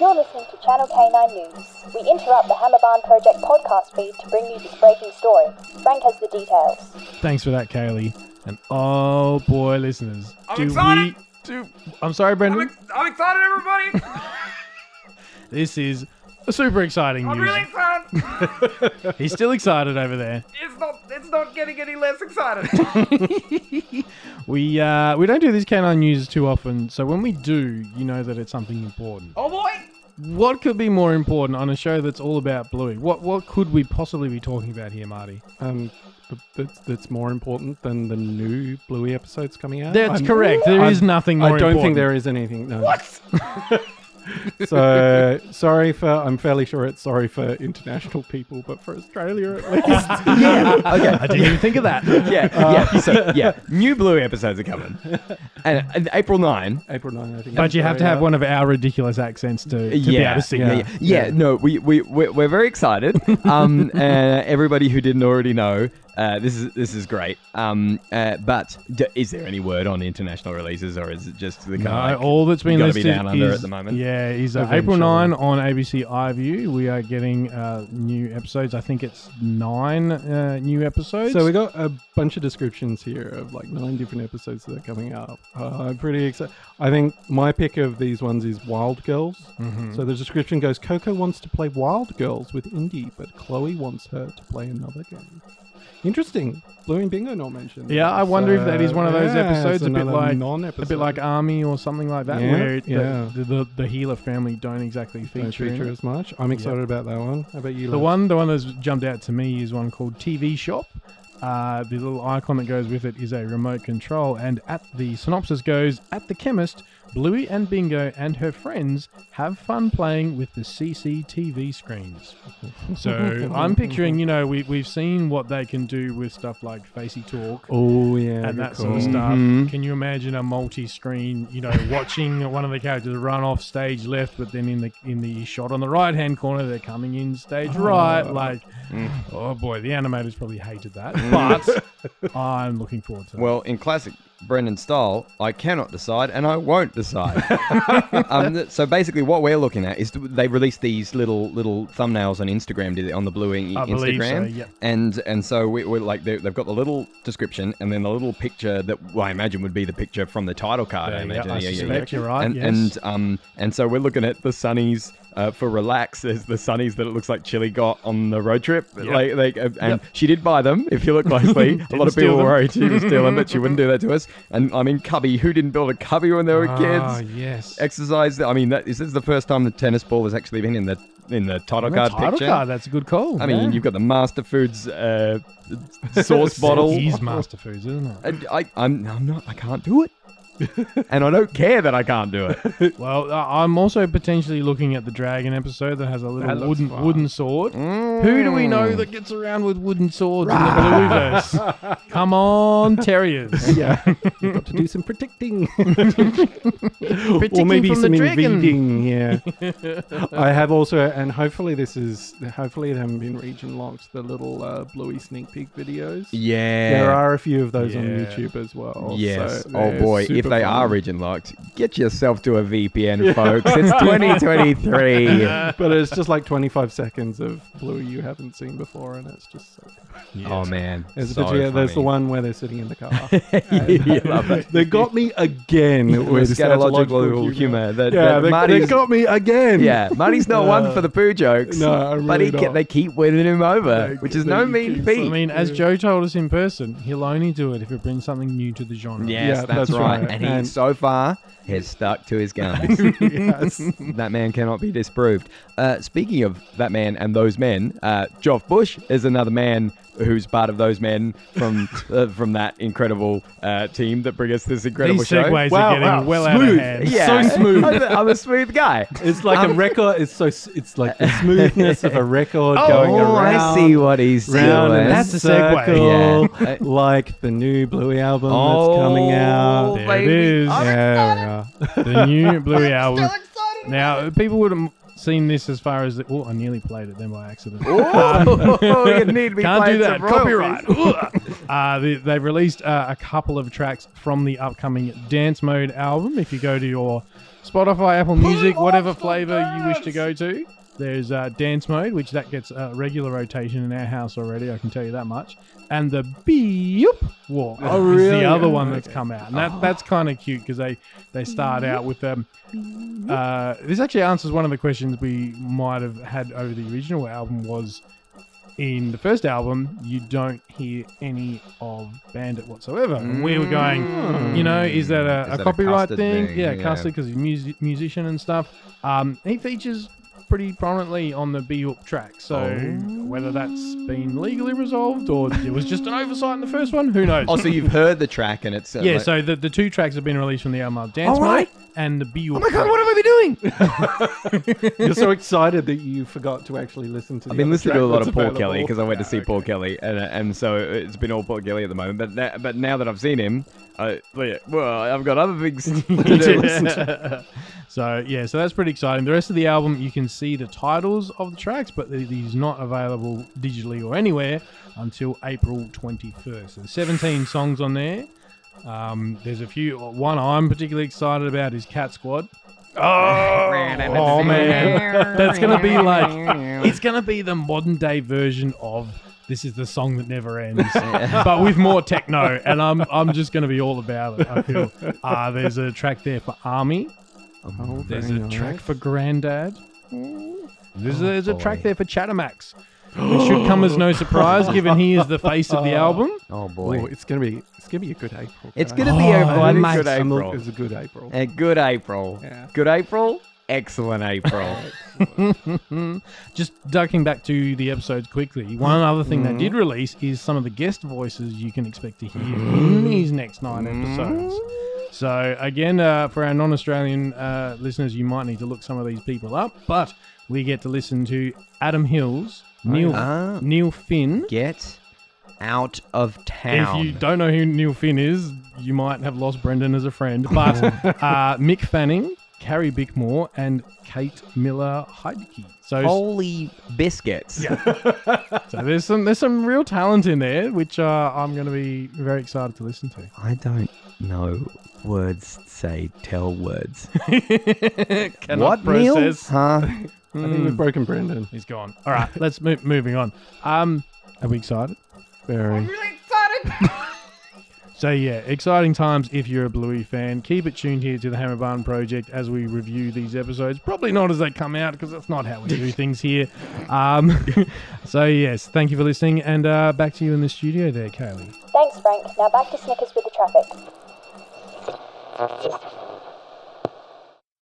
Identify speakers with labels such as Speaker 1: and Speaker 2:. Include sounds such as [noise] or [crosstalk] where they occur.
Speaker 1: You're listening to Channel K9 News. We interrupt the Hammerbarn Project podcast feed to bring you this breaking story. Frank has the details.
Speaker 2: Thanks for that, Kaylee. And oh boy, listeners,
Speaker 3: I'm excited.
Speaker 2: we do? I'm sorry,
Speaker 3: I'm,
Speaker 2: Brendan.
Speaker 3: ex- I'm excited, everybody.
Speaker 2: [laughs] this is super exciting
Speaker 3: I'm
Speaker 2: news.
Speaker 3: really excited.
Speaker 2: He's still excited over there.
Speaker 3: It's not. It's not getting any
Speaker 2: [laughs]
Speaker 3: less excited.
Speaker 2: We uh, we don't do this canine news too often, so when we do, you know that it's something important.
Speaker 3: oh boy.
Speaker 2: What could be more important on a show that's all about Bluey? What what could we possibly be talking about here, Marty?
Speaker 4: Um, that's, that's more important than the new Bluey episodes coming out.
Speaker 2: That's
Speaker 4: I'm-
Speaker 2: correct. There is
Speaker 4: I'm-
Speaker 2: nothing
Speaker 4: I
Speaker 2: more.
Speaker 4: don't
Speaker 2: important.
Speaker 4: think there is anything. No. What? [laughs] so sorry for. I'm fairly sure it's sorry for international people, but for Australia at [laughs] least.
Speaker 2: I didn't even think of that.
Speaker 5: [laughs]
Speaker 2: Uh,
Speaker 5: yeah, yeah. So, yeah, new Bluey episodes are
Speaker 2: [laughs]
Speaker 5: coming, and, and April nine.
Speaker 4: April 9, I think.
Speaker 2: But you have to have
Speaker 4: Australia.
Speaker 2: one of our ridiculous accents to, to be able to sing.
Speaker 5: yeah,
Speaker 2: that.
Speaker 5: yeah, yeah. No, we we we're, we're very
Speaker 2: [laughs]
Speaker 5: excited. Um, uh, everybody who didn't already know, uh, this is this is great. Um, uh, but d- is there any word on international releases, or is it just the kind
Speaker 2: No,
Speaker 5: of like,
Speaker 2: all that's been
Speaker 5: gotta be
Speaker 2: listed
Speaker 5: down under
Speaker 2: is,
Speaker 5: at the moment?
Speaker 2: Yeah, is uh,
Speaker 4: Eventually.
Speaker 2: April nine on ABC iView. We are getting uh, new episodes. I think it's nine uh, new episodes.
Speaker 4: So we got a bunch of descriptions here of like nine different episodes that are coming up. Uh, I'm pretty excited. I think my pick of these ones is Wild Girls.
Speaker 2: Mm-hmm. Hmm.
Speaker 4: So the description goes: Coco wants to play Wild Girls with Indy, but Chloe wants her to play another game. Interesting. Blue and Bingo not mentioned.
Speaker 2: yeah, I wonder if that is
Speaker 4: So,
Speaker 2: one of those
Speaker 4: yeah,
Speaker 2: episodes,
Speaker 4: it's
Speaker 2: a bit
Speaker 4: another
Speaker 2: like
Speaker 4: non-episode.
Speaker 2: a bit like Army or something like that,
Speaker 4: Yeah,
Speaker 2: where it- the-
Speaker 4: yeah.
Speaker 2: the, the the healer family don't exactly feature.
Speaker 4: Don't
Speaker 2: in
Speaker 4: feature
Speaker 2: it.
Speaker 4: as much. I'm excited about that one. How about you?
Speaker 2: The
Speaker 4: Les?
Speaker 2: one, the one that's jumped out to me is one called TV Shop. Uh, the little icon that goes with it is a remote control, and at the synopsis goes, "At the chemist, Bluey and Bingo and her friends have fun playing with the CCTV screens." So I'm picturing, you know, we, we've seen what they can do with stuff like Facey Talk
Speaker 4: Oh yeah,
Speaker 2: and
Speaker 4: good
Speaker 2: that sort
Speaker 4: call.
Speaker 2: of stuff.
Speaker 5: Mhm.
Speaker 2: Can you imagine a multi-screen, you know, watching [laughs] one of the characters run off stage left, but then in the in the shot on the right-hand corner, they're coming in stage right. Like,
Speaker 5: Mm.
Speaker 2: oh boy, the animators probably hated that,
Speaker 5: [laughs]
Speaker 2: but I'm looking forward to it.
Speaker 5: Well, in classic Brendan style, I cannot decide and I won't
Speaker 2: [laughs]
Speaker 5: decide. um, th- so basically, what we're looking at is th- they released these little little thumbnails on Instagram, did they, on the Blue Ink
Speaker 2: I believe so,
Speaker 5: Instagram,
Speaker 2: yep.
Speaker 5: and and so we, we're like they- they've got the little description and then the little picture that well, I imagine would be the picture from the title card.
Speaker 2: There
Speaker 5: I
Speaker 2: you go.
Speaker 5: imagine,
Speaker 2: I suspect you're right,
Speaker 5: And,
Speaker 2: yes.
Speaker 5: and um and so we're looking at the sunnies. Uh, for relax, there's the sunnies that it looks like Chili got on the road trip. Like, like, uh, and she did buy them.
Speaker 2: [laughs]
Speaker 5: If you look closely, a lot of
Speaker 2: steal
Speaker 5: people
Speaker 2: them.
Speaker 5: were she was stealing, but she wouldn't do that to us. And I mean, cubby, who didn't build a cubby when they were
Speaker 2: Ah,
Speaker 5: kids?
Speaker 2: yes.
Speaker 5: Exercise. I mean, that, is this the first time the tennis ball has actually been in the in the title
Speaker 2: The
Speaker 5: card
Speaker 2: title
Speaker 5: picture?
Speaker 2: card, Oh, that's a good call.
Speaker 5: I mean,
Speaker 2: yeah.
Speaker 5: you've got the Master
Speaker 2: [laughs]
Speaker 5: Foods uh, sauce bottle.
Speaker 2: It is Master Foods, isn't
Speaker 5: [laughs]
Speaker 2: it?
Speaker 5: And I, I'm, I'm not. I can't do it,
Speaker 2: [laughs]
Speaker 5: and I don't care that I can't do it.
Speaker 2: Well, I- I'm also potentially looking at the dragon episode that has a
Speaker 4: That
Speaker 2: little
Speaker 4: looks
Speaker 2: wooden
Speaker 4: fun.
Speaker 2: wooden sword. Who do we
Speaker 5: Hmm.
Speaker 2: know that gets around with wooden swords in the Blueverse? Come on,
Speaker 4: [laughs]
Speaker 2: terriers.
Speaker 4: [laughs] Yeah, you've got to do
Speaker 2: [laughs]
Speaker 4: some predicting. [laughs]
Speaker 2: Predicting
Speaker 4: or maybe
Speaker 2: from the
Speaker 4: some
Speaker 2: dragon.
Speaker 4: inviting.
Speaker 2: [laughs]
Speaker 4: Yeah, I have also, and hopefully this is, hopefully it haven't been region locked. The little uh, bluey sneak peek videos.
Speaker 5: Yeah.
Speaker 4: There are a few of those on
Speaker 2: Yeah.
Speaker 4: YouTube as well.
Speaker 5: Yes.
Speaker 4: so
Speaker 5: oh
Speaker 4: they're
Speaker 5: boy, if
Speaker 4: super
Speaker 5: they are
Speaker 4: fun.
Speaker 5: region locked, get yourself to a VPN, folks. It's
Speaker 4: [laughs]
Speaker 5: 2023.
Speaker 4: but it's just like 25 seconds of bluey you haven't seen before, and it's just. So
Speaker 5: Oh man,
Speaker 4: There's, a
Speaker 5: So
Speaker 4: particular- there's the
Speaker 5: [laughs] funny.
Speaker 4: one where they're sitting in the car.
Speaker 5: You love it.
Speaker 4: they got me again with
Speaker 5: scatological humor. That,
Speaker 4: Yeah,
Speaker 5: that
Speaker 4: they, they
Speaker 5: Marty's,
Speaker 4: got me again.
Speaker 5: yeah, Marty's not one for the poo
Speaker 4: [laughs]
Speaker 5: jokes.
Speaker 4: No, I
Speaker 5: but
Speaker 4: really
Speaker 5: he ke-
Speaker 4: not.
Speaker 5: they keep winning him over, which is
Speaker 4: they
Speaker 5: no
Speaker 4: keep
Speaker 5: mean
Speaker 2: I
Speaker 5: feat.
Speaker 2: mean, as Joe told us in person, he'll only do it if it brings something new to the genre.
Speaker 5: yes,
Speaker 4: Yeah, that's
Speaker 5: that's, right.
Speaker 4: right.
Speaker 5: And he,
Speaker 4: And-
Speaker 5: so far, has stuck to his guns.
Speaker 4: [laughs] yes.
Speaker 5: that man cannot be disproved. Uh, speaking of that man and those men, uh, Geoff Bush is another man who's part of those men
Speaker 4: [laughs]
Speaker 5: from uh, from that incredible uh, team that bring us this incredible
Speaker 2: These
Speaker 5: show.
Speaker 2: segues
Speaker 4: Wow,
Speaker 2: are getting
Speaker 4: wow,
Speaker 2: well out of
Speaker 4: smooth.
Speaker 2: hand.
Speaker 5: Yeah, [laughs]
Speaker 4: So smooth.
Speaker 5: I'm a- I'm a smooth guy.
Speaker 4: It's like a record. It's so. s- It's like
Speaker 5: [laughs]
Speaker 4: the smoothness of a record going
Speaker 5: oh,
Speaker 4: around.
Speaker 5: I see what he's
Speaker 4: Round
Speaker 5: doing.
Speaker 4: and
Speaker 2: That's
Speaker 4: that's
Speaker 2: a
Speaker 4: a
Speaker 2: segue.
Speaker 4: circle,
Speaker 5: Yeah.
Speaker 4: [laughs] like the new Bluey album
Speaker 5: Oh,
Speaker 4: that's coming out.
Speaker 2: There it is.
Speaker 4: Yeah,
Speaker 2: The new Bluey album.
Speaker 3: excited.
Speaker 2: Now, people would have seen this as far as the, oh, I nearly played it then by accident.
Speaker 5: [laughs] Oh, you need to be
Speaker 2: Can't do
Speaker 5: playing
Speaker 2: that.
Speaker 5: some royalties.
Speaker 2: Copyright. uh, they, they've released uh, a couple of tracks from the upcoming Dance Mode album. If you go to your Spotify, Apple Music, whatever flavor you wish to go to, there's uh, Dance Mode, which that gets uh, regular rotation in our house already. I can tell you that much. And the Beep Walk
Speaker 4: Oh,
Speaker 2: is
Speaker 4: really?
Speaker 2: the other
Speaker 4: Oh,
Speaker 2: one that's
Speaker 4: okay.
Speaker 2: come out, and that, that's kind of cute because they they start out with um, uh, this actually answers one of the questions we might have had over the original album was in the first album you don't hear any of bandit whatsoever and we were going you know is that a,
Speaker 5: Mm. Is
Speaker 2: a
Speaker 5: that a
Speaker 2: copyright
Speaker 5: custard
Speaker 2: thing?
Speaker 5: thing?
Speaker 2: yeah,
Speaker 5: Yeah.
Speaker 2: custard because he's music, musician and stuff um, he features pretty prominently on the b-hook track so
Speaker 5: Oh.
Speaker 2: whether that's been legally resolved or it was just an oversight in the first one who knows
Speaker 5: Oh, so you've heard the track and it's uh,
Speaker 2: yeah,
Speaker 5: like-
Speaker 2: so the, the two tracks have been released from the album are Dance
Speaker 5: All right.
Speaker 2: Mode and the B.
Speaker 5: Oh my god, what have I been doing?
Speaker 4: You're so excited that you forgot to actually listen to.
Speaker 5: I've been listening to a lot of Paul Kelly because I
Speaker 4: went
Speaker 5: went to see Paul Kelly, and uh, and so it's been all Paul Kelly at the moment. But that, but now that I've seen him, I, well, I've got other things [laughs] to
Speaker 2: [laughs]
Speaker 5: do.
Speaker 2: so yeah, so that's pretty exciting. The rest of the album, you can see the titles of the tracks, but th- these not available digitally or anywhere until April twenty first. There's seventeen songs on there. Um, there's a few. One I'm particularly excited about is Cat Squad. Oh man, that's gonna be like it's gonna be the modern day version of this is the song that never [laughs] ends, but with more techno, and I'm I'm just gonna be all about it. I feel. [laughs] Uh, there's a track there for Army. There's a track for Grandad. There's, a,
Speaker 5: Oh,
Speaker 2: there's a track there for Chattermax. It should come as no surprise, given he is the face of the album.
Speaker 5: [laughs] [laughs] Oh
Speaker 4: Oh,
Speaker 5: boy,
Speaker 4: it's gonna be it's gonna be a good April.
Speaker 5: it's
Speaker 4: guys.
Speaker 5: gonna be a
Speaker 2: Oh,
Speaker 5: bloody
Speaker 2: nice.
Speaker 5: good
Speaker 4: I'm
Speaker 5: April.
Speaker 4: look- It's a good April.
Speaker 5: A good April.
Speaker 4: Yeah.
Speaker 5: Good April. Excellent [laughs] April.
Speaker 2: Just ducking back to the episodes quickly, one other thing they
Speaker 5: Mm.
Speaker 2: did release is some of the guest voices you can expect to
Speaker 5: [gasps]
Speaker 2: hear in these next nine episodes.
Speaker 5: Mm.
Speaker 2: So, again, uh, for our non Australian uh, listeners, you might need to look some of these people up, but we get to listen to Adam Hills, Neil,
Speaker 5: Ah.
Speaker 2: Neil Finn.
Speaker 5: Get out of town.
Speaker 2: If you don't know who Neil Finn is, you might have lost Brendan as a friend. [laughs] But uh, Mick Fanning, Carrie Bickmore, and Kate Miller Heidke. So,
Speaker 5: Holy biscuits.
Speaker 2: so there's some there's some real talent in there, which uh, I'm going to be very excited to listen to.
Speaker 5: I don't know. Words say tell words.
Speaker 2: [laughs] Cannot process.
Speaker 5: Huh?
Speaker 2: [laughs]
Speaker 4: I think we've broken Brendan.
Speaker 2: He's gone. All [laughs] right, let's move moving on. Um, are we excited?
Speaker 4: Very.
Speaker 3: I'm really excited.
Speaker 2: [laughs] So yeah, exciting times if you're a Bluey fan. Keep it tuned here to the Hammer Barn Project as we review these episodes. Probably not as they come out because that's not how we do things here. Um, [laughs] so yes, thank you for listening, and uh, back to you in the studio there, Kaylee.
Speaker 1: Thanks, Frank. Now back to Snickers with the traffic.